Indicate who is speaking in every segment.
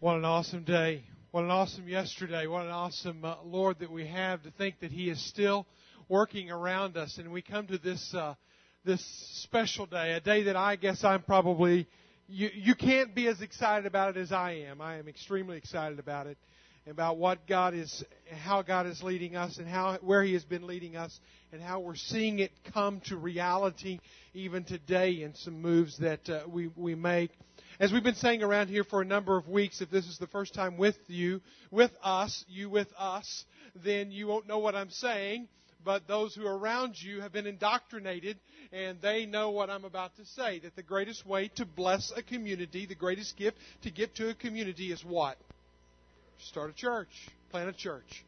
Speaker 1: What an awesome day. What an awesome yesterday. What an awesome uh, Lord that we have to think that He is still working around us. And we come to this, uh, this special day, a day that I guess I'm probably, you, you can't be as excited about it as I am. I am extremely excited about it, about what God is, how God is leading us and how, where He has been leading us and how we're seeing it come to reality even today in some moves that uh, we, we make. As we've been saying around here for a number of weeks, if this is the first time with you, with us, you with us, then you won't know what I'm saying. But those who are around you have been indoctrinated and they know what I'm about to say. That the greatest way to bless a community, the greatest gift to give to a community is what? Start a church, plant a church.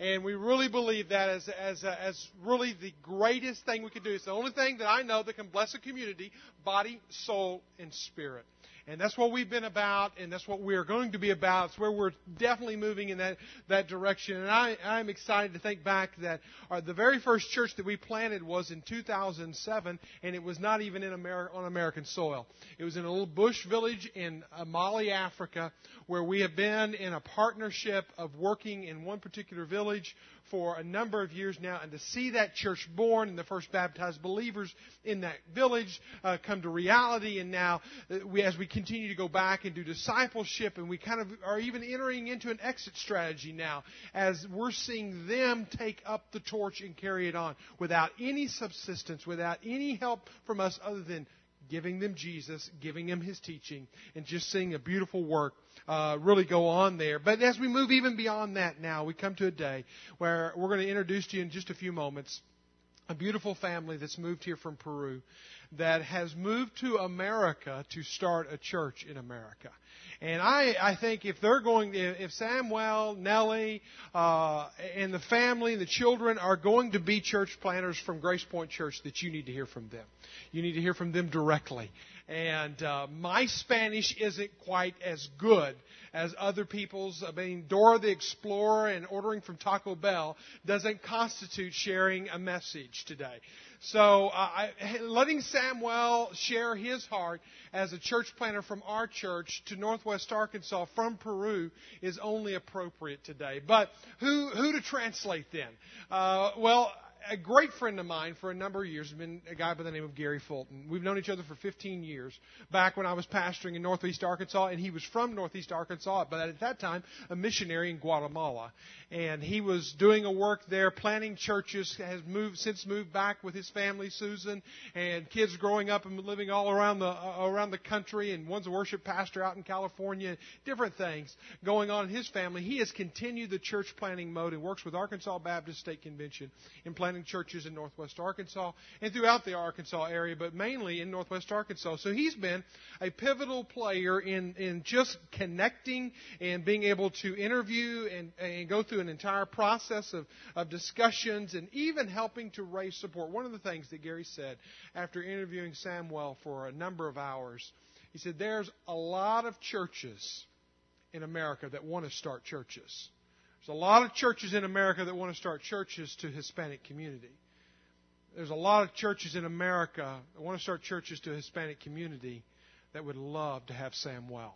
Speaker 1: And we really believe that as, as, uh, as really the greatest thing we can do. It's the only thing that I know that can bless a community, body, soul, and spirit. And that's what we've been about, and that's what we are going to be about. It's where we're definitely moving in that, that direction. And I, I'm excited to think back that uh, the very first church that we planted was in 2007, and it was not even in Ameri- on American soil. It was in a little bush village in uh, Mali, Africa, where we have been in a partnership of working in one particular village for a number of years now, and to see that church born and the first baptized believers in that village uh, come to reality, and now uh, we, as we continue to go back and do discipleship, and we kind of are even entering into an exit strategy now as we're seeing them take up the torch and carry it on without any subsistence, without any help from us other than giving them Jesus, giving them His teaching, and just seeing a beautiful work uh, really go on there. But as we move even beyond that now, we come to a day where we're going to introduce to you in just a few moments a beautiful family that's moved here from Peru that has moved to America to start a church in America. And I, I think if they're going, to, if Samuel, Nellie, uh, and the family and the children are going to be church planters from Grace Point Church, that you need to hear from them. You need to hear from them directly. And uh, my Spanish isn't quite as good as other people's. I mean, Dora the Explorer and ordering from Taco Bell doesn't constitute sharing a message today. So uh, I, letting Samuel share his heart as a church planter from our church to Northwest Arkansas from Peru is only appropriate today. But who who to translate then? Uh, well, a great friend of mine for a number of years has been a guy by the name of Gary Fulton. We've known each other for 15 years, back when I was pastoring in Northeast Arkansas, and he was from Northeast Arkansas, but at that time, a missionary in Guatemala. And he was doing a work there, planting churches, has moved, since moved back with his family, Susan, and kids growing up and living all around the, uh, around the country, and one's a worship pastor out in California, different things going on in his family. He has continued the church planting mode and works with Arkansas Baptist State Convention in planting churches in northwest Arkansas and throughout the Arkansas area, but mainly in northwest Arkansas. So he's been a pivotal player in, in just connecting and being able to interview and, and go through an entire process of, of discussions and even helping to raise support. One of the things that Gary said after interviewing Samwell for a number of hours, he said, There's a lot of churches in America that want to start churches. There's a lot of churches in America that want to start churches to Hispanic community. There's a lot of churches in America that want to start churches to Hispanic community that would love to have Samwell.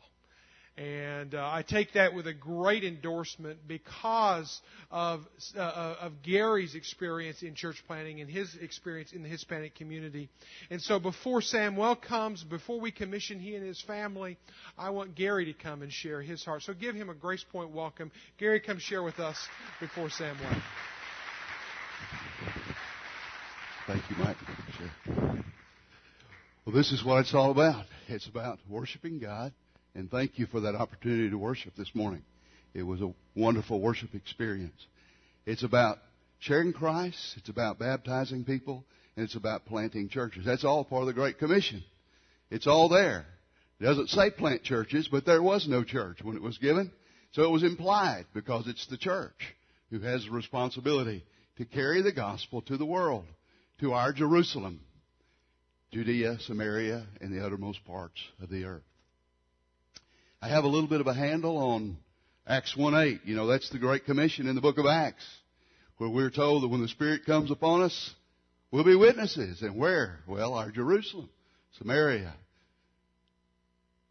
Speaker 1: And uh, I take that with a great endorsement because of, uh, of Gary's experience in church planning and his experience in the Hispanic community. And so before Samwell comes, before we commission he and his family, I want Gary to come and share his heart. So give him a Grace Point welcome. Gary, come share with us before Samwell.
Speaker 2: Thank you, Mike. Sure. Well, this is what it's all about. It's about worshiping God and thank you for that opportunity to worship this morning. It was a wonderful worship experience. It's about sharing Christ, it's about baptizing people, and it's about planting churches. That's all part of the Great Commission. It's all there. It doesn't say plant churches, but there was no church when it was given. So it was implied because it's the church who has the responsibility to carry the gospel to the world, to our Jerusalem, Judea, Samaria, and the uttermost parts of the earth. I have a little bit of a handle on Acts 1-8. You know, that's the Great Commission in the book of Acts, where we're told that when the Spirit comes upon us, we'll be witnesses. And where? Well, our Jerusalem, Samaria.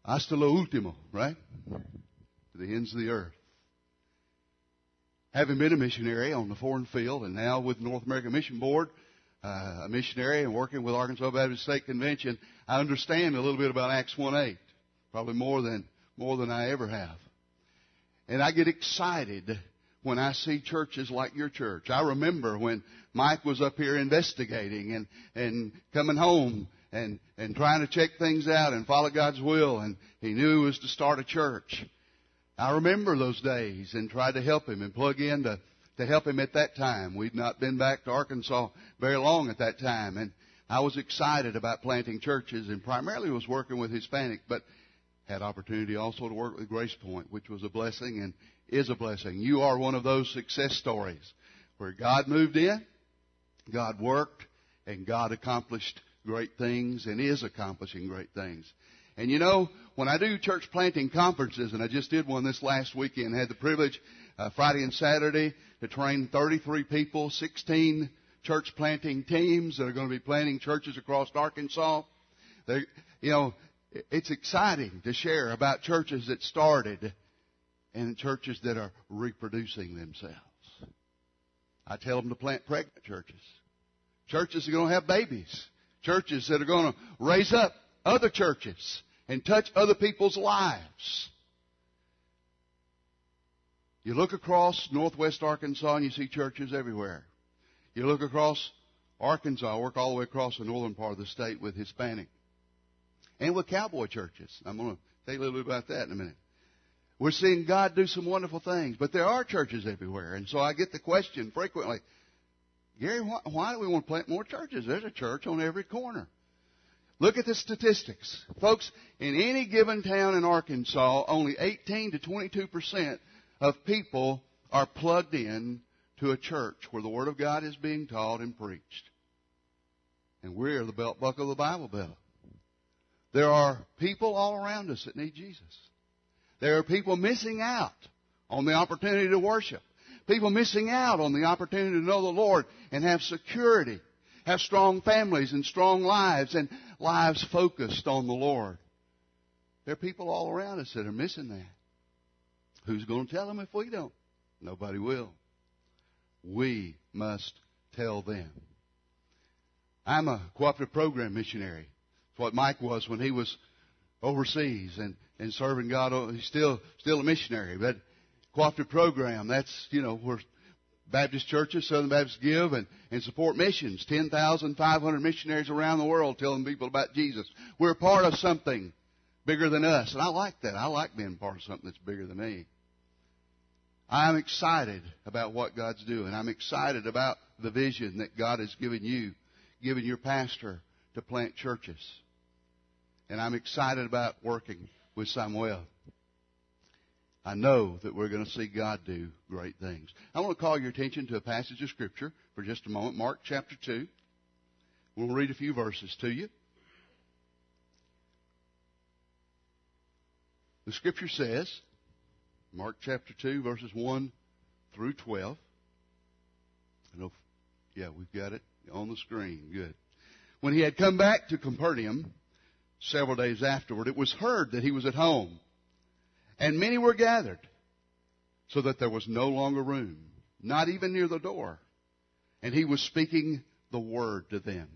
Speaker 2: Hasta lo último, right? the ends of the earth. Having been a missionary on the foreign field and now with North American Mission Board, uh, a missionary and working with Arkansas Baptist State Convention, I understand a little bit about Acts 1-8, probably more than, more than I ever have. And I get excited when I see churches like your church. I remember when Mike was up here investigating and, and coming home and, and trying to check things out and follow God's will and he knew it was to start a church. I remember those days and tried to help him and plug in to, to help him at that time. We'd not been back to Arkansas very long at that time and I was excited about planting churches and primarily was working with Hispanic, but had opportunity also to work with Grace Point, which was a blessing and is a blessing. You are one of those success stories where God moved in, God worked, and God accomplished great things and is accomplishing great things. And you know, when I do church planting conferences, and I just did one this last weekend, had the privilege uh, Friday and Saturday to train 33 people, 16 church planting teams that are going to be planting churches across Arkansas. They, you know, it's exciting to share about churches that started and churches that are reproducing themselves. I tell them to plant pregnant churches. Churches that are going to have babies. Churches that are going to raise up other churches and touch other people's lives. You look across northwest Arkansas and you see churches everywhere. You look across Arkansas, I work all the way across the northern part of the state with Hispanic and with cowboy churches. I'm going to tell you a little bit about that in a minute. We're seeing God do some wonderful things, but there are churches everywhere. And so I get the question frequently, Gary, why, why, do we want to plant more churches? There's a church on every corner. Look at the statistics. Folks, in any given town in Arkansas, only 18 to 22% of people are plugged in to a church where the Word of God is being taught and preached. And we're the belt buckle of the Bible belt. There are people all around us that need Jesus. There are people missing out on the opportunity to worship. People missing out on the opportunity to know the Lord and have security, have strong families and strong lives and lives focused on the Lord. There are people all around us that are missing that. Who's going to tell them if we don't? Nobody will. We must tell them. I'm a cooperative program missionary what Mike was when he was overseas and, and serving God. Oh, He's still still a missionary, but cooperative program. That's you know where Baptist churches, Southern Baptists give and, and support missions. Ten thousand five hundred missionaries around the world telling people about Jesus. We're part of something bigger than us, and I like that. I like being part of something that's bigger than me. I'm excited about what God's doing. I'm excited about the vision that God has given you, given your pastor to plant churches and I'm excited about working with Samuel. I know that we're going to see God do great things. I want to call your attention to a passage of Scripture for just a moment, Mark chapter 2. We'll read a few verses to you. The Scripture says, Mark chapter 2, verses 1 through 12. I know, yeah, we've got it on the screen. Good. When he had come back to Capernaum, several days afterward, it was heard that he was at home. And many were gathered, so that there was no longer room, not even near the door. And he was speaking the word to them.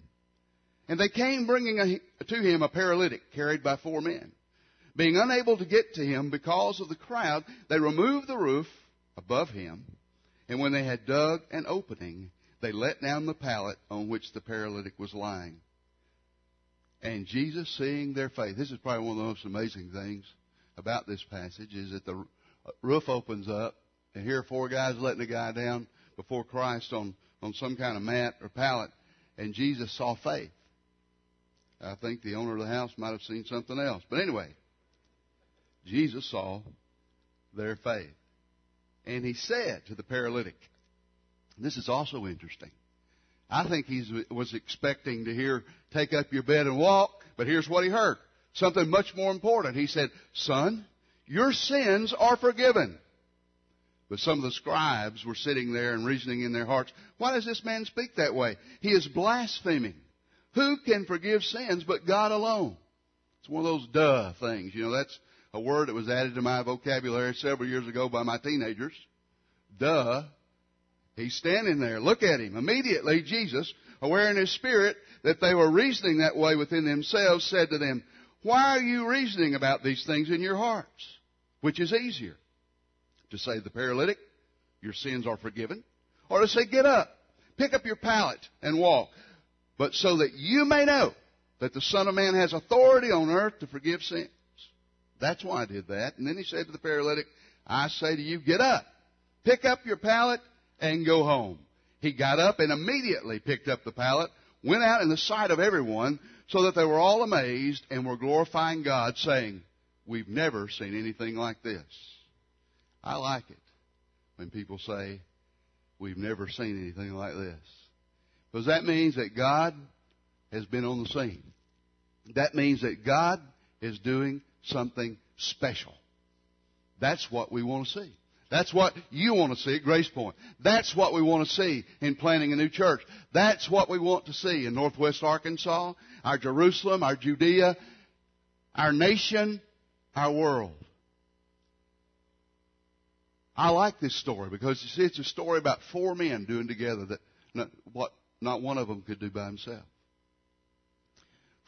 Speaker 2: And they came bringing a, to him a paralytic carried by four men. Being unable to get to him because of the crowd, they removed the roof above him. And when they had dug an opening, they let down the pallet on which the paralytic was lying. And Jesus, seeing their faith, this is probably one of the most amazing things about this passage, is that the roof opens up, and here are four guys letting a guy down before Christ on, on some kind of mat or pallet, and Jesus saw faith. I think the owner of the house might have seen something else. But anyway, Jesus saw their faith. And he said to the paralytic, this is also interesting. I think he was expecting to hear, take up your bed and walk, but here's what he heard. Something much more important. He said, son, your sins are forgiven. But some of the scribes were sitting there and reasoning in their hearts, why does this man speak that way? He is blaspheming. Who can forgive sins but God alone? It's one of those duh things. You know, that's a word that was added to my vocabulary several years ago by my teenagers. Duh. He's standing there. Look at him. Immediately, Jesus, aware in his spirit that they were reasoning that way within themselves, said to them, Why are you reasoning about these things in your hearts? Which is easier? To say to the paralytic, Your sins are forgiven, or to say, Get up, pick up your pallet, and walk. But so that you may know that the Son of Man has authority on earth to forgive sins. That's why I did that. And then he said to the paralytic, I say to you, Get up, pick up your pallet, and go home. He got up and immediately picked up the pallet, went out in the sight of everyone, so that they were all amazed and were glorifying God, saying, We've never seen anything like this. I like it when people say, We've never seen anything like this. Because that means that God has been on the scene. That means that God is doing something special. That's what we want to see. That's what you want to see at Grace Point. That's what we want to see in planning a new church. That's what we want to see in Northwest Arkansas, our Jerusalem, our Judea, our nation, our world. I like this story because you see, it's a story about four men doing together that not, what not one of them could do by himself.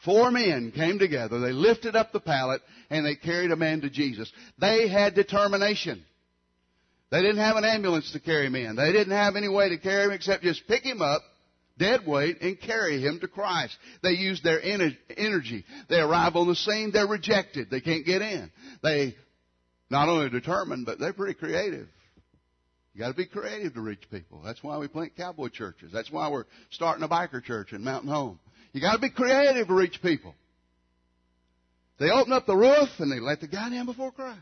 Speaker 2: Four men came together, they lifted up the pallet, and they carried a man to Jesus. They had determination. They didn't have an ambulance to carry him in. They didn't have any way to carry him except just pick him up, dead weight, and carry him to Christ. They used their ener- energy. They arrive on the scene, they're rejected. They can't get in. They not only determined, but they're pretty creative. You gotta be creative to reach people. That's why we plant cowboy churches. That's why we're starting a biker church in Mountain Home. You gotta be creative to reach people. They open up the roof and they let the guy down before Christ.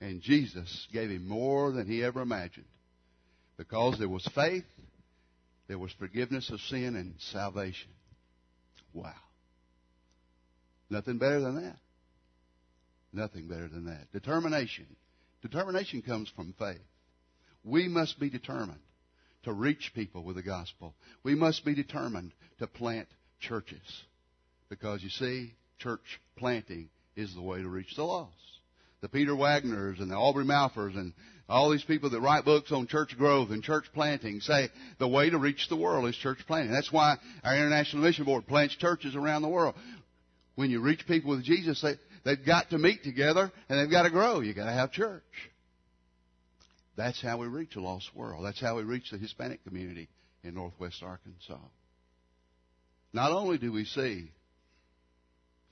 Speaker 2: And Jesus gave him more than he ever imagined. Because there was faith, there was forgiveness of sin and salvation. Wow. Nothing better than that. Nothing better than that. Determination. Determination comes from faith. We must be determined to reach people with the gospel. We must be determined to plant churches. Because you see, church planting is the way to reach the lost the Peter Wagners and the Aubrey Malfers and all these people that write books on church growth and church planting say the way to reach the world is church planting. That's why our International Mission Board plants churches around the world. When you reach people with Jesus, they, they've got to meet together and they've got to grow. You've got to have church. That's how we reach a lost world. That's how we reach the Hispanic community in northwest Arkansas. Not only do we see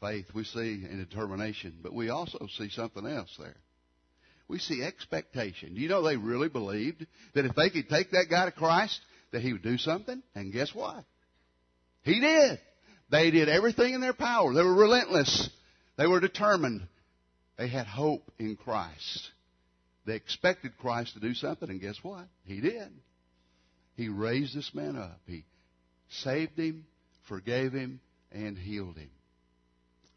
Speaker 2: faith, we see in determination, but we also see something else there. We see expectation. Do you know they really believed that if they could take that guy to Christ, that he would do something? And guess what? He did. They did everything in their power. They were relentless. They were determined. They had hope in Christ. They expected Christ to do something, and guess what? He did. He raised this man up. He saved him, forgave him, and healed him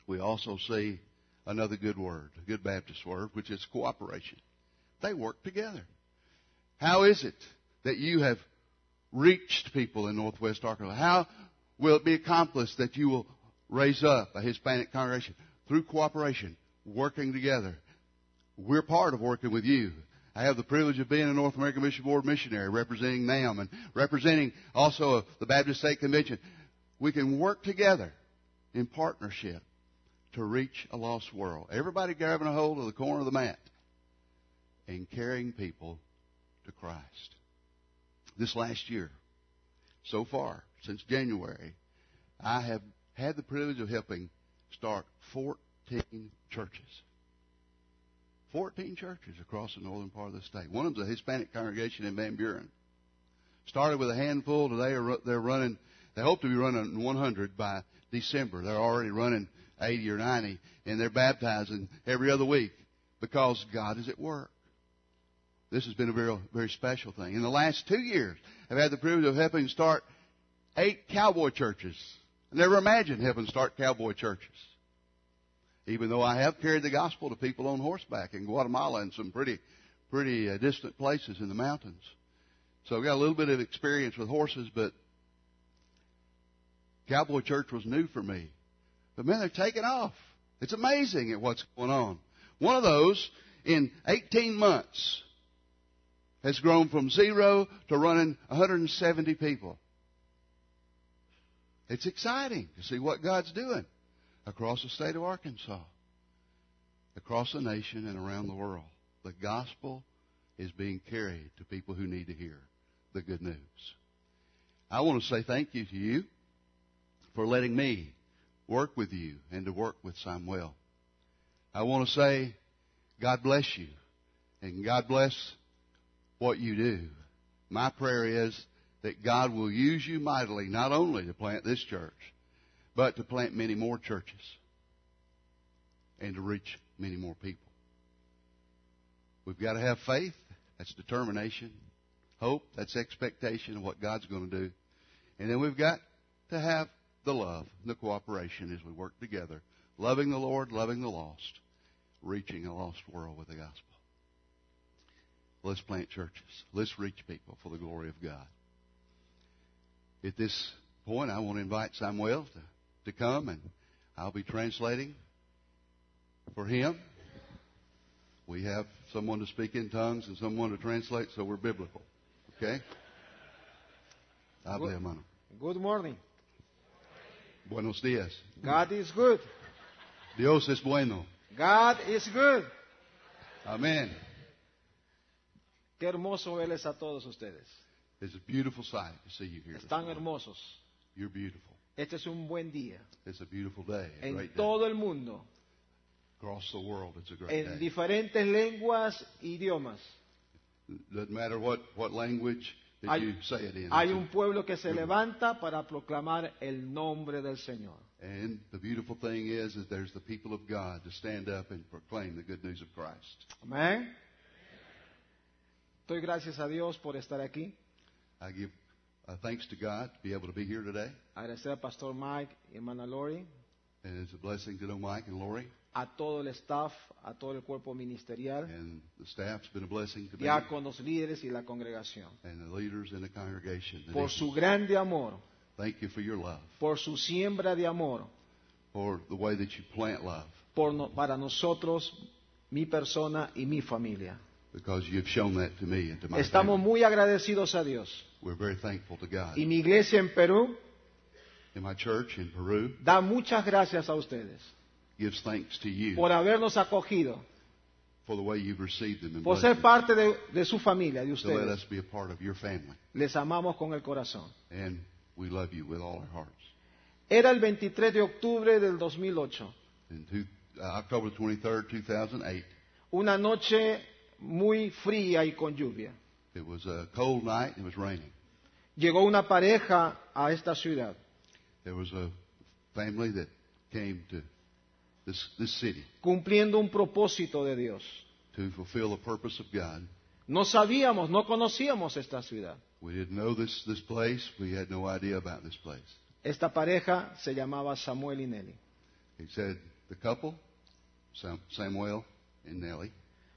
Speaker 2: we also see another good word, a good Baptist word, which is cooperation. They work together. How is it that you have reached people in Northwest Arkansas? How will it be accomplished that you will raise up a Hispanic congregation? Through cooperation, working together. We're part of working with you. I have the privilege of being a North American Mission Board missionary representing NAM and representing also the Baptist State Convention. We can work together in partnership to reach a lost world. Everybody grabbing a hold of the corner of the mat and carrying people to Christ. This last year, so far, since January, I have had the privilege of helping start 14 churches. 14 churches across the northern part of the state. One of them's a Hispanic congregation in Van Buren. Started with a handful. Today they're running, they hope to be running 100 by December. They're already running 80 or 90, and they're baptizing every other week because God is at work. This has been a very, very special thing. In the last two years, I've had the privilege of helping start eight cowboy churches. I never imagined helping start cowboy churches. Even though I have carried the gospel to people on horseback in Guatemala and some pretty, pretty uh, distant places in the mountains. So I've got a little bit of experience with horses, but cowboy church was new for me. But man, they're taking off. It's amazing at what's going on. One of those in 18 months has grown from zero to running 170 people. It's exciting to see what God's doing across the state of Arkansas, across the nation, and around the world. The gospel is being carried to people who need to hear the good news. I want to say thank you to you for letting me work with you and to work with Samuel. I want to say God bless you and God bless what you do. My prayer is that God will use you mightily, not only to plant this church, but to plant many more churches and to reach many more people. We've got to have faith. That's determination. Hope. That's expectation of what God's going to do. And then we've got to have the love and the cooperation as we work together, loving the Lord, loving the lost, reaching a lost world with the gospel. Let's plant churches. Let's reach people for the glory of God. At this point, I want to invite Samuel to, to come, and I'll be translating for him. We have someone to speak in tongues and someone to translate, so we're biblical. Okay? Hable, hermano.
Speaker 3: Good morning.
Speaker 2: Buenos dias.
Speaker 3: God is good.
Speaker 2: Dios es bueno.
Speaker 3: God is good.
Speaker 2: Amen.
Speaker 3: Qué hermoso Él es a todos ustedes.
Speaker 2: It's a beautiful sight to see you here. this
Speaker 3: Están
Speaker 2: morning.
Speaker 3: hermosos.
Speaker 2: You're beautiful.
Speaker 3: Este es un buen día.
Speaker 2: It's a beautiful day. A
Speaker 3: En
Speaker 2: great day.
Speaker 3: todo el mundo,
Speaker 2: Across the world, it's a great
Speaker 3: en
Speaker 2: day.
Speaker 3: diferentes lenguas, idiomas,
Speaker 2: Doesn't matter what, what language that
Speaker 3: Hay-
Speaker 2: you say it in.
Speaker 3: hay un pueblo que se levanta para proclamar el nombre del Señor.
Speaker 2: And the beautiful thing is that there's the people of God to stand up and proclaim the good news of Christ.
Speaker 3: Amén. Doy gracias a Dios por estar aquí.
Speaker 2: I give uh, thanks to God to be able to be here today.
Speaker 3: Agradecer al pastor Mike y hermana Lori,
Speaker 2: And it's a blessing to know Mike and Lori
Speaker 3: a todo el staff, a todo el cuerpo ministerial,
Speaker 2: and the staff. It's been a blessing to be here.
Speaker 3: diáconos, líderes y la congregación.
Speaker 2: and the leaders in the congregation.
Speaker 3: Por su grande amor,
Speaker 2: Thank you for your love,
Speaker 3: por su siembra de amor,
Speaker 2: for the way that you plant love,
Speaker 3: por no- para nosotros, mi persona y mi familia.
Speaker 2: because you've shown that to me and to my
Speaker 3: Estamos
Speaker 2: family.
Speaker 3: muy agradecidos a Dios.
Speaker 2: We're very thankful to God.
Speaker 3: Y mi iglesia en Perú
Speaker 2: And my church in Peru
Speaker 3: da muchas gracias a ustedes
Speaker 2: gives thanks to you
Speaker 3: por habernos acogido,
Speaker 2: for the way you've received them and
Speaker 3: por
Speaker 2: blessed
Speaker 3: ser
Speaker 2: them.
Speaker 3: parte de, de su familia, de
Speaker 2: So let
Speaker 3: ustedes.
Speaker 2: us be a part of your family.
Speaker 3: Les amamos con el corazón.
Speaker 2: And we love you with all our hearts.
Speaker 3: Era el 23 de octubre del 2008,
Speaker 2: In two, uh, October 23rd, 2008,
Speaker 3: una noche muy fría y con lluvia.
Speaker 2: it was a cold night. It was raining.
Speaker 3: Llegó una pareja a esta ciudad
Speaker 2: There was a family that came to this, this city
Speaker 3: cumpliendo un propósito de Dios.
Speaker 2: to fulfill the purpose of God.
Speaker 3: No sabíamos, no conocíamos esta ciudad.
Speaker 2: We didn't know this, this place. We had no idea about this place.
Speaker 3: Esta pareja se llamaba Samuel y Nelly.
Speaker 2: He said, the couple, Sam, Samuel and Nellie,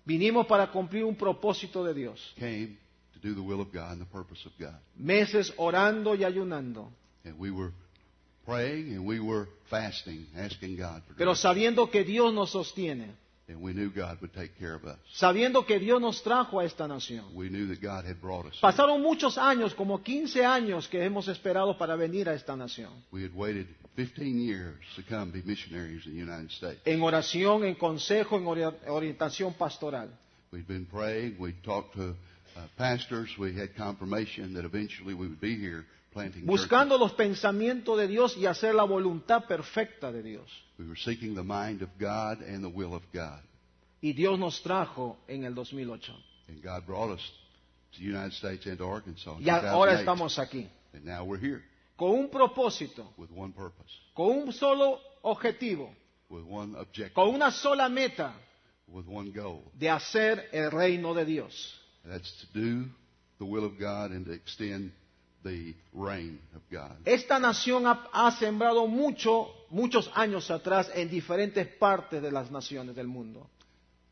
Speaker 3: Vinimos para cumplir un propósito de Dios.
Speaker 2: came to do the will of God and the purpose of God.
Speaker 3: Meses orando y ayunando,
Speaker 2: And we were praying and we were fasting, asking God for
Speaker 3: pero
Speaker 2: direction.
Speaker 3: sabiendo que Dios nos sostiene,
Speaker 2: And we knew God would take care of us.
Speaker 3: sabiendo que Dios nos trajo a esta nación.
Speaker 2: We knew that God had brought us. here.
Speaker 3: Pasaron muchos años, como 15 años que hemos esperado para venir a esta nación.
Speaker 2: We had waited 15 years to come be missionaries in the United States.
Speaker 3: En oración, en consejo, en ori- orientación pastoral.
Speaker 2: We'd been praying. We'd talked to uh, pastors. We had confirmation that eventually we would be here planting churches.
Speaker 3: Buscando los pensamientos de Dios y hacer la voluntad perfecta de Dios.
Speaker 2: We were seeking the mind of God and the will of God.
Speaker 3: Y Dios nos trajo en el 2008.
Speaker 2: And God brought us to the United States and to Arkansas. in
Speaker 3: Y ahora
Speaker 2: 2008.
Speaker 3: estamos aquí.
Speaker 2: And now we're here
Speaker 3: Con un propósito,
Speaker 2: with one purpose,
Speaker 3: con un solo objetivo,
Speaker 2: with one objective,
Speaker 3: con una sola meta
Speaker 2: with one goal.
Speaker 3: de hacer el reino de Dios.
Speaker 2: And that's to do the will of God and to extend the reign of God.
Speaker 3: Esta nación ha, ha sembrado mucho, muchos años atrás en diferentes partes de las naciones del mundo,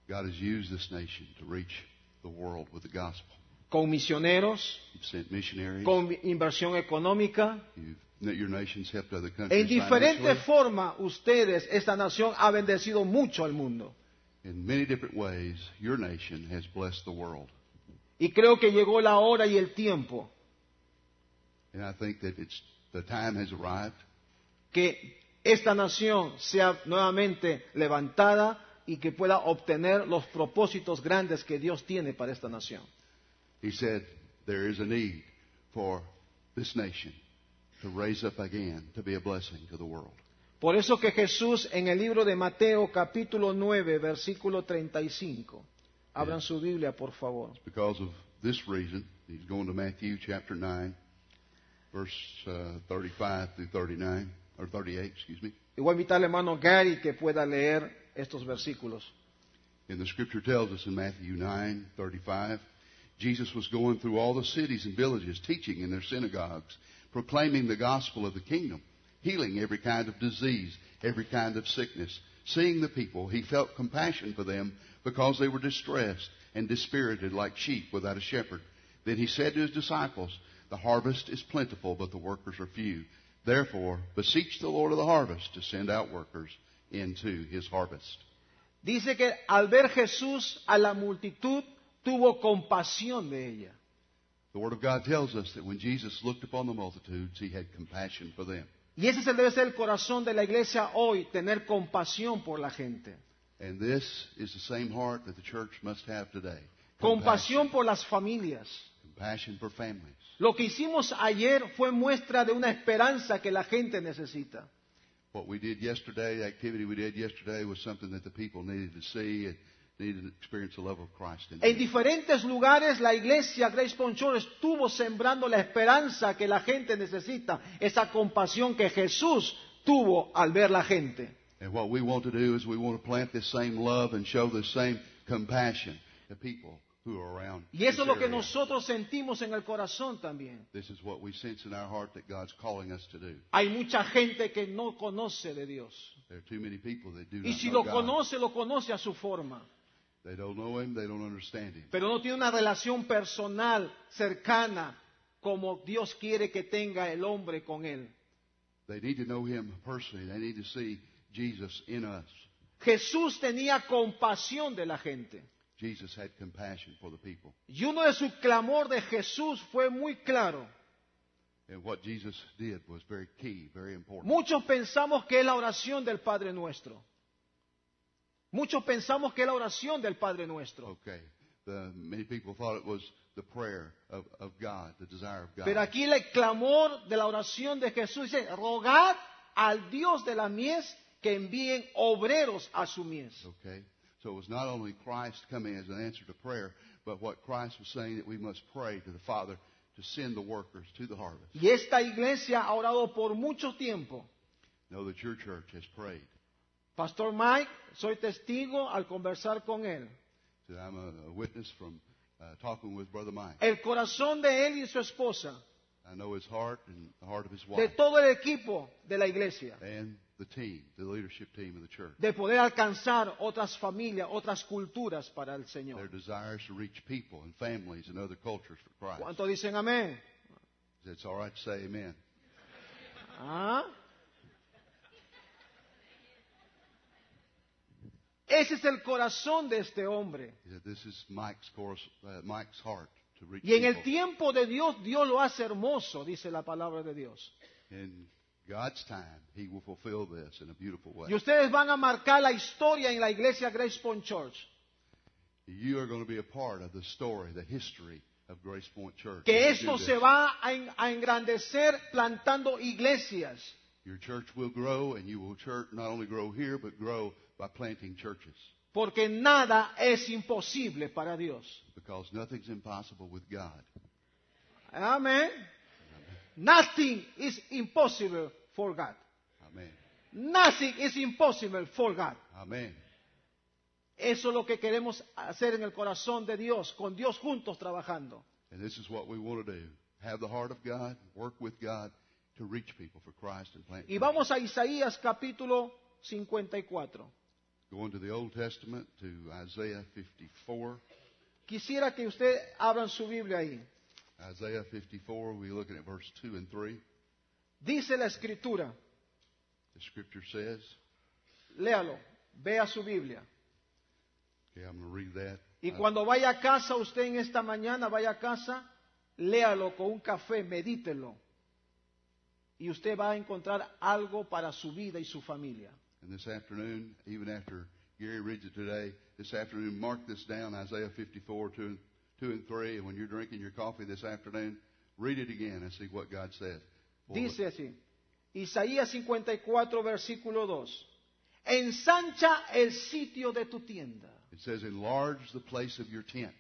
Speaker 2: God has used this nation to reach the world with the gospel.
Speaker 3: con misioneros,
Speaker 2: You've sent missionaries.
Speaker 3: con inversión económica,
Speaker 2: You've that your nations helped other
Speaker 3: En
Speaker 2: countries
Speaker 3: diferente
Speaker 2: financially
Speaker 3: forma, ustedes, esta nación, ha bendecido mucho al mundo.
Speaker 2: in many different ways. Your nation has blessed the world,
Speaker 3: Y creo que llegó la hora y el tiempo
Speaker 2: and I think that it's the time has arrived
Speaker 3: que esta nación sea nuevamente levantada y que pueda obtener los propósitos grandes que Dios tiene para esta nación.
Speaker 2: He said, There is a need for this nation to raise up again to be a blessing to the world.
Speaker 3: Por eso que Jesús en el libro de Mateo capítulo 9 versículo 35, abran su Biblia por favor,
Speaker 2: Because of this reason, he's going to Matthew chapter 9, verse uh, 35 through 39, or 38, excuse me.
Speaker 3: y voy a invitar al hermano Gary que pueda leer estos versículos.
Speaker 2: And the scripture tells us in Matthew 9, 35, Jesus was going through all the cities and villages, teaching in their synagogues, proclaiming the gospel of the kingdom, healing every kind of disease, every kind of sickness. Seeing the people, he felt compassion for them because they were distressed and dispirited like sheep without a shepherd. Then he said to his disciples, The harvest is plentiful, but the workers are few. Therefore, beseech the Lord of the harvest to send out workers into his harvest.
Speaker 3: Dice que al ver Jesús a la multitud tuvo compasión de ella.
Speaker 2: The Word of God tells us that when Jesus looked upon the multitudes, he had compassion for them.
Speaker 3: Y ese se debe ser el corazón de la iglesia hoy, tener compasión por la gente.
Speaker 2: And this is the same heart that the church must have today.
Speaker 3: Compasión por las familias.
Speaker 2: Compassion for families.
Speaker 3: Lo que hicimos ayer fue muestra de una esperanza que la gente necesita.
Speaker 2: What we did yesterday, the activity we did yesterday, was something that the people needed to see and needed to experience the love of Christ in
Speaker 3: En
Speaker 2: them.
Speaker 3: diferentes lugares la iglesia Grace Ponchor estuvo sembrando la esperanza que la gente necesita, esa compasión que Jesús tuvo al ver la gente.
Speaker 2: And what we want to do is we want to plant this same love and show this same compassion to people who are around.
Speaker 3: Y eso
Speaker 2: this
Speaker 3: es lo que
Speaker 2: area.
Speaker 3: nosotros sentimos en el corazón también.
Speaker 2: This is what we sense in our heart that God's calling us to do.
Speaker 3: Hay mucha gente que no conoce de Dios.
Speaker 2: There are too many people that do
Speaker 3: Y
Speaker 2: not
Speaker 3: si
Speaker 2: know
Speaker 3: lo
Speaker 2: God.
Speaker 3: conoce, lo conoce a su forma.
Speaker 2: They don't know him. They don't understand him.
Speaker 3: pero no tiene una relación personal cercana como Dios quiere que tenga el hombre con él.
Speaker 2: They need to know him personally. They need to see Jesus in us.
Speaker 3: Jesús tenía compasión de la gente.
Speaker 2: Jesus had compassion for the people.
Speaker 3: Y uno de sus clamor de Jesús fue muy claro.
Speaker 2: And what Jesus did was very key, very important.
Speaker 3: Muchos pensamos que es la oración del Padre Nuestro. Muchos pensamos que es la oración del Padre Nuestro.
Speaker 2: Okay. The, many people thought it was the prayer of, of God, the desire of God.
Speaker 3: Pero aquí el clamor de la oración de Jesús dice, rogad al Dios de la mies que envíen obreros a su mies.
Speaker 2: Okay. So it was not only Christ coming as an answer to prayer, but what Christ was saying that we must pray to the Father to send the workers to the harvest.
Speaker 3: Y esta iglesia ha orado por mucho tiempo.
Speaker 2: Know that your church has prayed.
Speaker 3: Pastor Mike, soy testigo al conversar con él.
Speaker 2: So I'm a, a witness from uh, talking with Brother Mike.
Speaker 3: El corazón de él y su esposa,
Speaker 2: I know his heart and the heart of his
Speaker 3: de
Speaker 2: wife.
Speaker 3: todo el equipo de la iglesia,
Speaker 2: and the team, the leadership team of the church.
Speaker 3: de poder alcanzar otras familias, otras culturas para el
Speaker 2: Their
Speaker 3: Señor.
Speaker 2: desires to reach people and families and other cultures for Christ.
Speaker 3: ¿Cuántos dicen amén?
Speaker 2: It's all right to say amen.
Speaker 3: ¿Ah? Ese es el corazón de este hombre.
Speaker 2: He said, this is Mike's, course, uh, Mike's heart to reach
Speaker 3: Y en el
Speaker 2: people.
Speaker 3: tiempo de Dios, Dios lo hace hermoso, dice la palabra de Dios.
Speaker 2: In God's time, he will fulfill this in a beautiful way.
Speaker 3: Y ustedes van a marcar la historia en la iglesia Grace Point Church,
Speaker 2: you are going to be a part of the story, the history of Grace Point Church.
Speaker 3: que
Speaker 2: If you do
Speaker 3: esto
Speaker 2: this,
Speaker 3: se va a, en- a engrandecer plantando iglesias.
Speaker 2: Your church will grow, and you will church not only grow here, but grow by planting churches.
Speaker 3: Porque nada es imposible para Dios.
Speaker 2: Because nothing's impossible with God.
Speaker 3: Amén. Nothing is impossible for God.
Speaker 2: Amen.
Speaker 3: Nothing is impossible for God.
Speaker 2: Amen.
Speaker 3: Eso es lo que queremos hacer en el corazón de Dios, con Dios juntos trabajando.
Speaker 2: And this is what we want to do. Have the heart of God, work with God to reach people for Christ and plant.
Speaker 3: Y vamos a Isaías capítulo 54.
Speaker 2: Going to the Old Testament to Isaiah 54.
Speaker 3: Quisiera que ustedes abran su Biblia ahí.
Speaker 2: Isaiah 54, we're looking at verse 2 and 3.
Speaker 3: Dice la escritura,
Speaker 2: The scripture says,
Speaker 3: léalo, vea su Biblia.
Speaker 2: okay, I'm going to read that. uh,
Speaker 3: Y
Speaker 2: I-
Speaker 3: cuando vaya a casa, usted en esta mañana vaya a casa, léalo con un café, medítelo. Y usted va a encontrar algo para su vida y su familia.
Speaker 2: And this afternoon, even after Gary reads it today, this afternoon, mark this down Isaiah 54, 2 and, 2 and 3. And when you're drinking your coffee this afternoon, read it again and see what God says. Boy,
Speaker 3: Dice así, Isaías 54, versículo 2. Ensancha el sitio de tu tienda.
Speaker 2: It says, enlarge the place of your tent.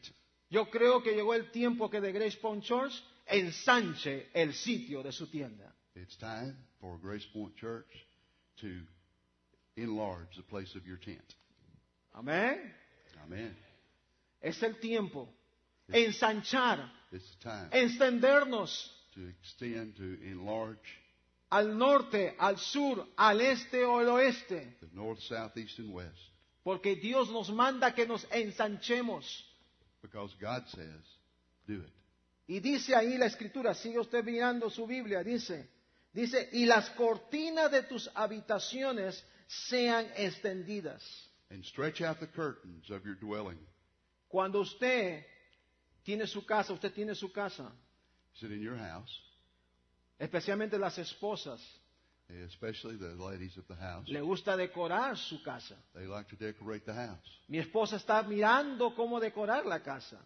Speaker 3: Yo creo que llegó el tiempo que de Grace Pond Church ensanche el sitio de su tienda.
Speaker 2: It's time for Grace Point Church to enlarge the place of your tent.
Speaker 3: Amén.
Speaker 2: Amen.
Speaker 3: Es el tiempo. Ensanchar,
Speaker 2: It's the time
Speaker 3: extendernos
Speaker 2: to extend, to enlarge
Speaker 3: al norte, al sur, al este o al oeste.
Speaker 2: the north, south, east, and west.
Speaker 3: Porque Dios nos manda que nos ensanchemos.
Speaker 2: Because God says, do it.
Speaker 3: Y dice ahí la escritura, sigue usted mirando su Biblia, dice, dice, y las cortinas de tus habitaciones sean extendidas.
Speaker 2: and stretch out the curtains of your dwelling.
Speaker 3: Cuando usted tiene su casa, usted tiene su casa,
Speaker 2: Sit in your house,
Speaker 3: especialmente las esposas,
Speaker 2: especially the ladies of the house.
Speaker 3: le gusta decorar su casa.
Speaker 2: They like to decorate the house.
Speaker 3: Mi esposa está mirando cómo decorar la casa.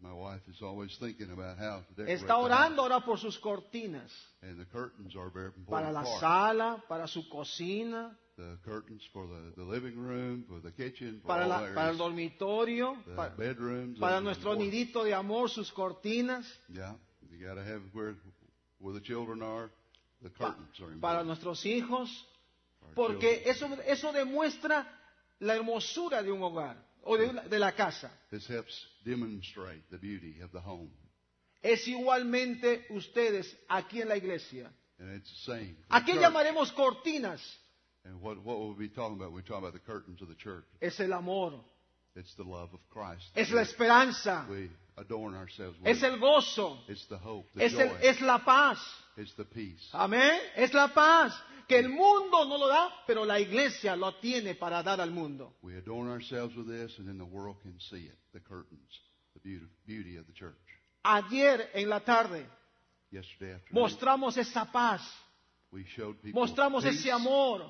Speaker 2: My wife is always thinking about how to decorate
Speaker 3: Está orando
Speaker 2: the house.
Speaker 3: ahora por sus cortinas,
Speaker 2: And the curtains are a very
Speaker 3: para
Speaker 2: important
Speaker 3: la
Speaker 2: part.
Speaker 3: sala, para su cocina,
Speaker 2: The curtains for the, the living room, for the kitchen, for
Speaker 3: para,
Speaker 2: all
Speaker 3: la-
Speaker 2: areas.
Speaker 3: para el dormitorio,
Speaker 2: the
Speaker 3: para,
Speaker 2: bedrooms.
Speaker 3: para
Speaker 2: those are
Speaker 3: nuestro
Speaker 2: important.
Speaker 3: nidito de amor, sus cortinas.
Speaker 2: Yeah, you got to have where, where the children are. The
Speaker 3: pa-
Speaker 2: curtains are
Speaker 3: para
Speaker 2: important.
Speaker 3: nuestros hijos,
Speaker 2: Our
Speaker 3: porque
Speaker 2: children.
Speaker 3: eso, eso demuestra la hermosura de un hogar o de, una- de la casa.
Speaker 2: This helps demonstrate the beauty of the home.
Speaker 3: Es igualmente ustedes aquí en la iglesia.
Speaker 2: And it's the same. for the
Speaker 3: ¿A qué
Speaker 2: church.
Speaker 3: llamaremos cortinas?
Speaker 2: And what, what we'll be talking about, we talk about the curtains of the church.
Speaker 3: Es el amor,
Speaker 2: It's the love of Christ.
Speaker 3: es la esperanza,
Speaker 2: we adorn ourselves with.
Speaker 3: es el gozo,
Speaker 2: it's the hope, the
Speaker 3: es,
Speaker 2: joy,
Speaker 3: el- es la paz.
Speaker 2: it's the peace.
Speaker 3: Amén. Es la paz que el mundo no lo da, pero la iglesia lo tiene para dar al mundo.
Speaker 2: We adorn ourselves with this, and then the world can see it. The curtains, the beauty, beauty of the church.
Speaker 3: Ayer en la tarde
Speaker 2: Yesterday afternoon,
Speaker 3: mostramos esa paz,
Speaker 2: we showed people
Speaker 3: mostramos
Speaker 2: peace.
Speaker 3: ese amor,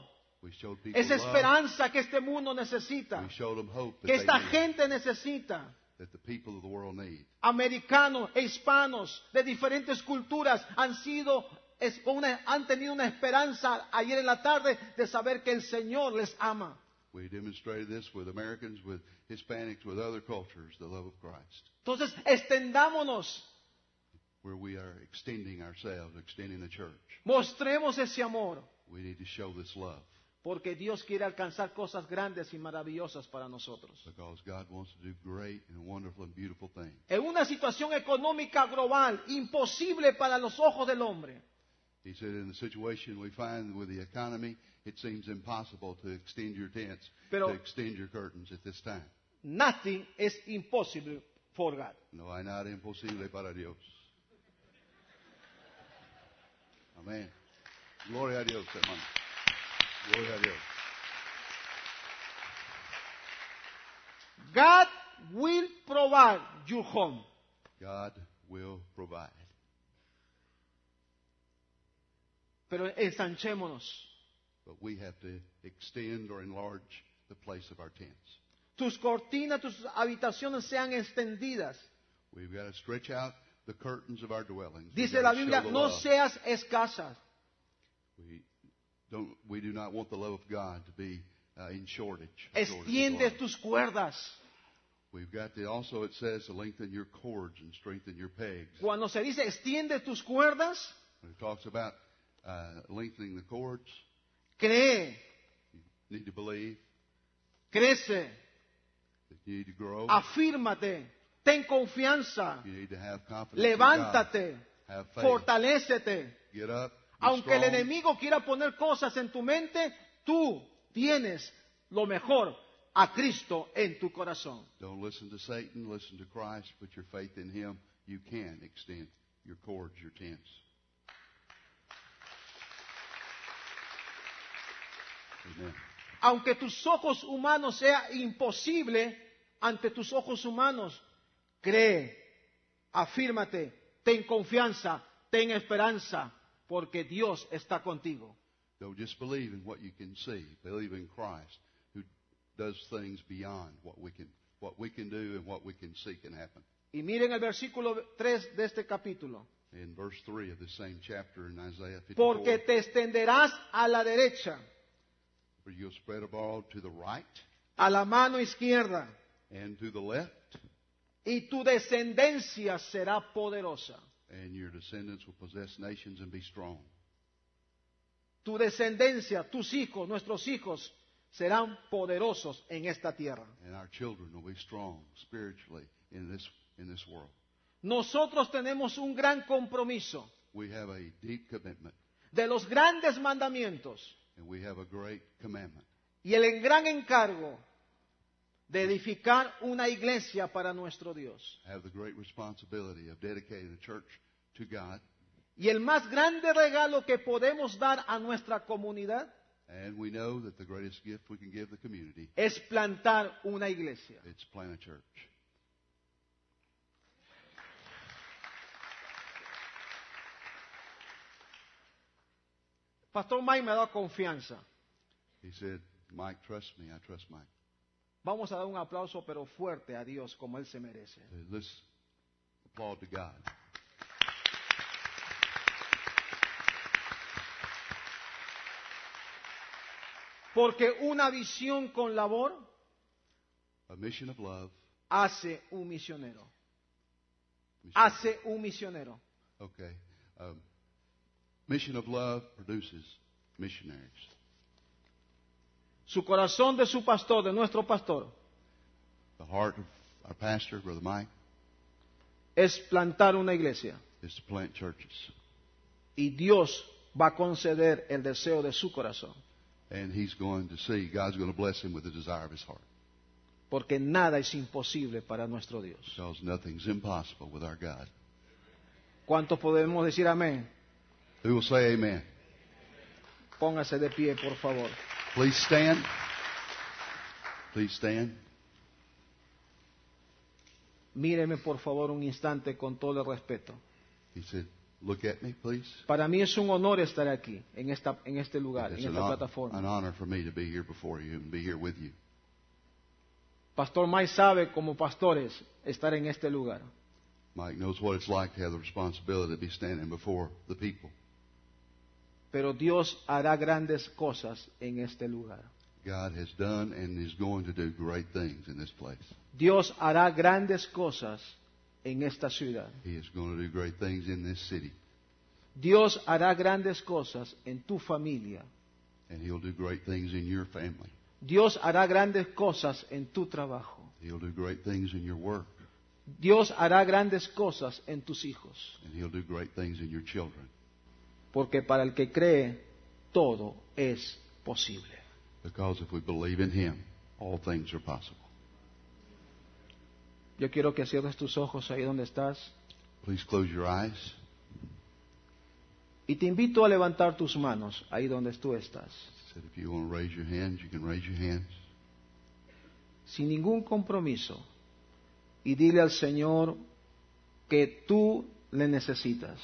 Speaker 2: We showed people
Speaker 3: esa
Speaker 2: love.
Speaker 3: esperanza que este mundo
Speaker 2: We
Speaker 3: necesita,
Speaker 2: showed them hope that,
Speaker 3: que
Speaker 2: they
Speaker 3: esta
Speaker 2: need,
Speaker 3: gente necesita.
Speaker 2: that the people of the world need.
Speaker 3: Americanos e hispanos de diferentes culturas han sido es una- han tenido una esperanza ayer en la tarde de saber que el Señor les ama.
Speaker 2: We demonstrated this with Americans, with Hispanics, with other cultures, the love of Christ.
Speaker 3: Entonces, extendámonos,
Speaker 2: where we are extending ourselves, extending the church.
Speaker 3: mostremos ese amor,
Speaker 2: We need to show this love
Speaker 3: porque Dios quiere alcanzar cosas grandes y maravillosas para nosotros.
Speaker 2: because God wants to do great and wonderful and beautiful things.
Speaker 3: En una situación económica global imposible para los ojos del hombre,
Speaker 2: He said, in the situation we find with the economy, it seems impossible to extend your tents,
Speaker 3: Pero-
Speaker 2: to extend your curtains at this time.
Speaker 3: nothing is impossible for God.
Speaker 2: No hay nada imposible para Dios. Amén. Gloria a Dios, hermano. Gloria a Dios.
Speaker 3: God will provide your home.
Speaker 2: God will provide.
Speaker 3: Pero ensanchémonos.
Speaker 2: But we have to extend or enlarge the place of our tents.
Speaker 3: Tus cortinas, tus habitaciones sean extendidas.
Speaker 2: We've got to stretch out the curtains of our dwellings. We've
Speaker 3: Dice
Speaker 2: got
Speaker 3: la
Speaker 2: to show
Speaker 3: Biblia,
Speaker 2: the
Speaker 3: no
Speaker 2: love.
Speaker 3: seas escasa.
Speaker 2: We don't. We do not want the love of God to be uh, in shortage. shortage of
Speaker 3: Extiende
Speaker 2: love.
Speaker 3: tus cuerdas.
Speaker 2: We've got to also. It says to lengthen your cords and strengthen your pegs.
Speaker 3: Cuando se dice extiende tus cuerdas,
Speaker 2: When it talks about uh, lengthening the cords,
Speaker 3: cree,
Speaker 2: you need to believe.
Speaker 3: crece,
Speaker 2: That you need to grow.
Speaker 3: afírmate, ten confianza,
Speaker 2: You need to have confidence. in God.
Speaker 3: levántate,
Speaker 2: Have faith.
Speaker 3: fortalécete.
Speaker 2: Get up. Be
Speaker 3: Aunque el
Speaker 2: strong.
Speaker 3: enemigo quiera poner cosas en tu mente, tú tienes lo mejor a Cristo en tu corazón.
Speaker 2: Don't listen to Satan. Listen to Christ. Put your faith in Him. You can extend your cords, your tents. Amen.
Speaker 3: Aunque tus ojos humanos sea imposible ante tus ojos humanos, cree, afírmate, ten confianza, ten esperanza, porque Dios está contigo.
Speaker 2: Don't just believe in what you can see. Believe in Christ who does things beyond what we can what we can do and what we can see can happen.
Speaker 3: Y miren el versículo 3 de este capítulo.
Speaker 2: In verse 3 of the same chapter in Isaiah 54,
Speaker 3: Porque te extenderás a la derecha,
Speaker 2: for you'll spread abroad to the right
Speaker 3: a la mano izquierda,
Speaker 2: and to the left,
Speaker 3: y tu descendencia será poderosa.
Speaker 2: and your descendants will possess nations and be strong.
Speaker 3: Tu descendencia, tus hijos, nuestros hijos, serán poderosos en esta tierra.
Speaker 2: And our children will be strong spiritually in this in this world.
Speaker 3: Nosotros tenemos un gran compromiso
Speaker 2: We have a deep commitment
Speaker 3: de los grandes mandamientos
Speaker 2: and we have a great commandment.
Speaker 3: y el gran encargo de edificar una iglesia para nuestro Dios.
Speaker 2: Have the great responsibility of dedicating the church to God
Speaker 3: Y el más grande regalo que podemos dar a nuestra comunidad
Speaker 2: And we know that the greatest gift we can give the community
Speaker 3: es plantar una iglesia.
Speaker 2: is plant a church.
Speaker 3: Pastor Mike me ha dado confianza.
Speaker 2: He said, Mike, trust me. I trust Mike.
Speaker 3: Vamos a dar un aplauso pero fuerte a Dios como Él se merece.
Speaker 2: Uh, Let's applaud to God.
Speaker 3: Porque una visión con labor
Speaker 2: A mission of love.
Speaker 3: hace un misionero.
Speaker 2: Mission
Speaker 3: Hace un misionero.
Speaker 2: okay. Um, mission of love produces missionaries.
Speaker 3: Su corazón de su pastor, de nuestro pastor,
Speaker 2: The heart of our pastor, Brother Mike,
Speaker 3: es plantar una iglesia.
Speaker 2: is to plant churches.
Speaker 3: Y Dios va a conceder el deseo de su corazón.
Speaker 2: And he's going to see, God's going to bless him with the desire of his heart.
Speaker 3: Porque nada es imposible para nuestro Dios.
Speaker 2: Because nothing's impossible with our God.
Speaker 3: ¿Cuántos podemos decir amén?
Speaker 2: Who will say amen?
Speaker 3: Póngase de pie, por favor.
Speaker 2: Please stand. Please stand.
Speaker 3: Míreme, por favor, un instante con todo el respeto.
Speaker 2: He said, Look at me, please.
Speaker 3: Para mí es un honor estar aquí, en, esta, en este lugar, en esta
Speaker 2: hon-
Speaker 3: plataforma.
Speaker 2: an honor Ah, for me to be here before you and be here with you.
Speaker 3: Pastor Mike sabe, como pastores, estar en este lugar.
Speaker 2: Mike knows what it's like to have the responsibility to be standing before the people.
Speaker 3: Pero Dios hará grandes cosas en este lugar.
Speaker 2: God has done and is going to do great things in this place.
Speaker 3: Dios hará grandes cosas en esta ciudad.
Speaker 2: He is going to do great things in this city,
Speaker 3: Dios hará grandes cosas en tu familia.
Speaker 2: and He'll do great things in your family.
Speaker 3: Dios hará grandes cosas en tu trabajo.
Speaker 2: He'll do great things in your work,
Speaker 3: Dios hará grandes cosas en tus hijos.
Speaker 2: and He'll do great things in your children.
Speaker 3: Porque para el que cree, todo es posible.
Speaker 2: Because if we believe in Him, all things are possible.
Speaker 3: Yo quiero que cierres tus ojos ahí donde estás.
Speaker 2: Please close your eyes.
Speaker 3: Y te invito a levantar tus manos ahí donde tú estás,
Speaker 2: said, if you want to raise your hands, you can raise your hands.
Speaker 3: sin ningún compromiso, y dile al Señor que tú le necesitas,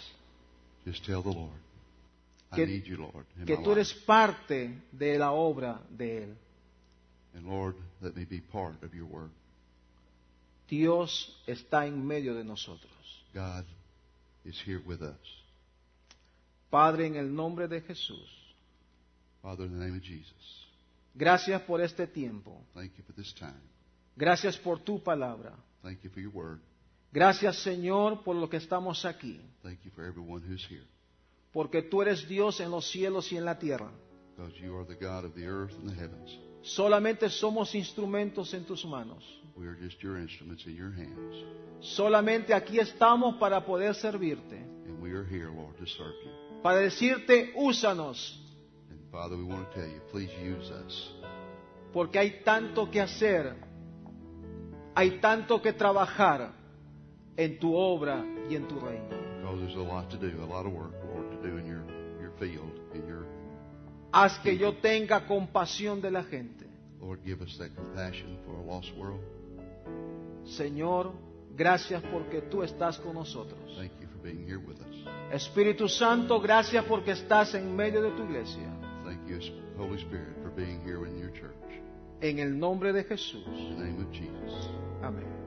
Speaker 2: Just tell the Lord, I
Speaker 3: Que-
Speaker 2: need you, Lord, in
Speaker 3: que
Speaker 2: my
Speaker 3: tú
Speaker 2: life.
Speaker 3: eres parte de la obra de Él.
Speaker 2: And Lord, let me be part of your work.
Speaker 3: Dios está en medio de nosotros.
Speaker 2: God is here with us.
Speaker 3: Padre, en el nombre de Jesús,
Speaker 2: Father, in the name of Jesus,
Speaker 3: gracias por este tiempo,
Speaker 2: thank you for this time.
Speaker 3: gracias por tu palabra,
Speaker 2: Thank you for your word.
Speaker 3: gracias Señor por lo que estamos aquí,
Speaker 2: Thank you for everyone who's here.
Speaker 3: porque tú eres Dios en los cielos y en la tierra.
Speaker 2: Because you are the God of the earth and the heavens.
Speaker 3: Solamente somos instrumentos en tus manos.
Speaker 2: We are just your instruments in your hands.
Speaker 3: Solamente aquí estamos para poder servirte,
Speaker 2: And we are here, Lord, to serve you.
Speaker 3: para decirte, úsanos,
Speaker 2: And Father, we want to tell you, please use us.
Speaker 3: porque hay tanto que hacer, hay tanto que trabajar en tu obra y en tu reino.
Speaker 2: Because there's a lot to do, a lot of work, Lord, to do in your, your field, in your
Speaker 3: Haz que yo tenga compasión de la gente.
Speaker 2: Lord, give us that compassion for a lost world.
Speaker 3: Señor, gracias porque tú estás con nosotros.
Speaker 2: Thank you for being here with us.
Speaker 3: Espíritu Santo, gracias porque estás en medio de tu iglesia.
Speaker 2: Thank you, Holy Spirit, for being here in your church.
Speaker 3: En el nombre de Jesús.
Speaker 2: In the name of Jesus.
Speaker 3: Amén.